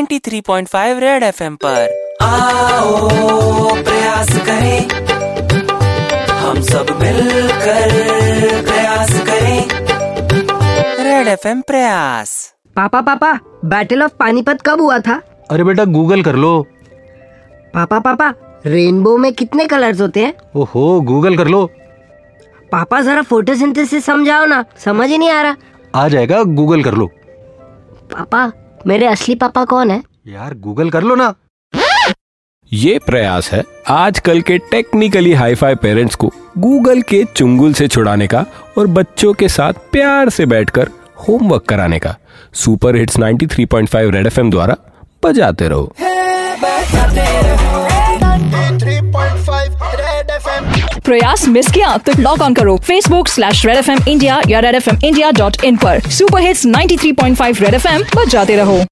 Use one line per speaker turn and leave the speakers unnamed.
93.5 Red FM पर
आओ प्रयास करें हम सब मिलकर प्रयास करें
रेड एफएम प्रयास
पापा पापा बैटल ऑफ पानीपत कब हुआ था
अरे बेटा गूगल कर लो
पापा पापा रेनबो में कितने कलर्स होते हैं
ओहो गूगल कर लो
पापा जरा फोटोसिंथेसिस समझाओ ना समझ ही नहीं आ रहा
आ जाएगा गूगल कर लो
पापा मेरे असली पापा कौन है
यार गूगल कर लो ना
ये प्रयास है आजकल के टेक्निकली हाईफाई पेरेंट्स को गूगल के चुंगल से छुड़ाने का और बच्चों के साथ प्यार से बैठकर होमवर्क कराने का सुपर हिट्स 93.5 रेड एफएम द्वारा बजाते रहो
प्रयास मिस किया तो लॉग ऑन करो Facebook slash Red F M India या Red F M India dot in पर super hits 93.5 Red F M बजाते रहो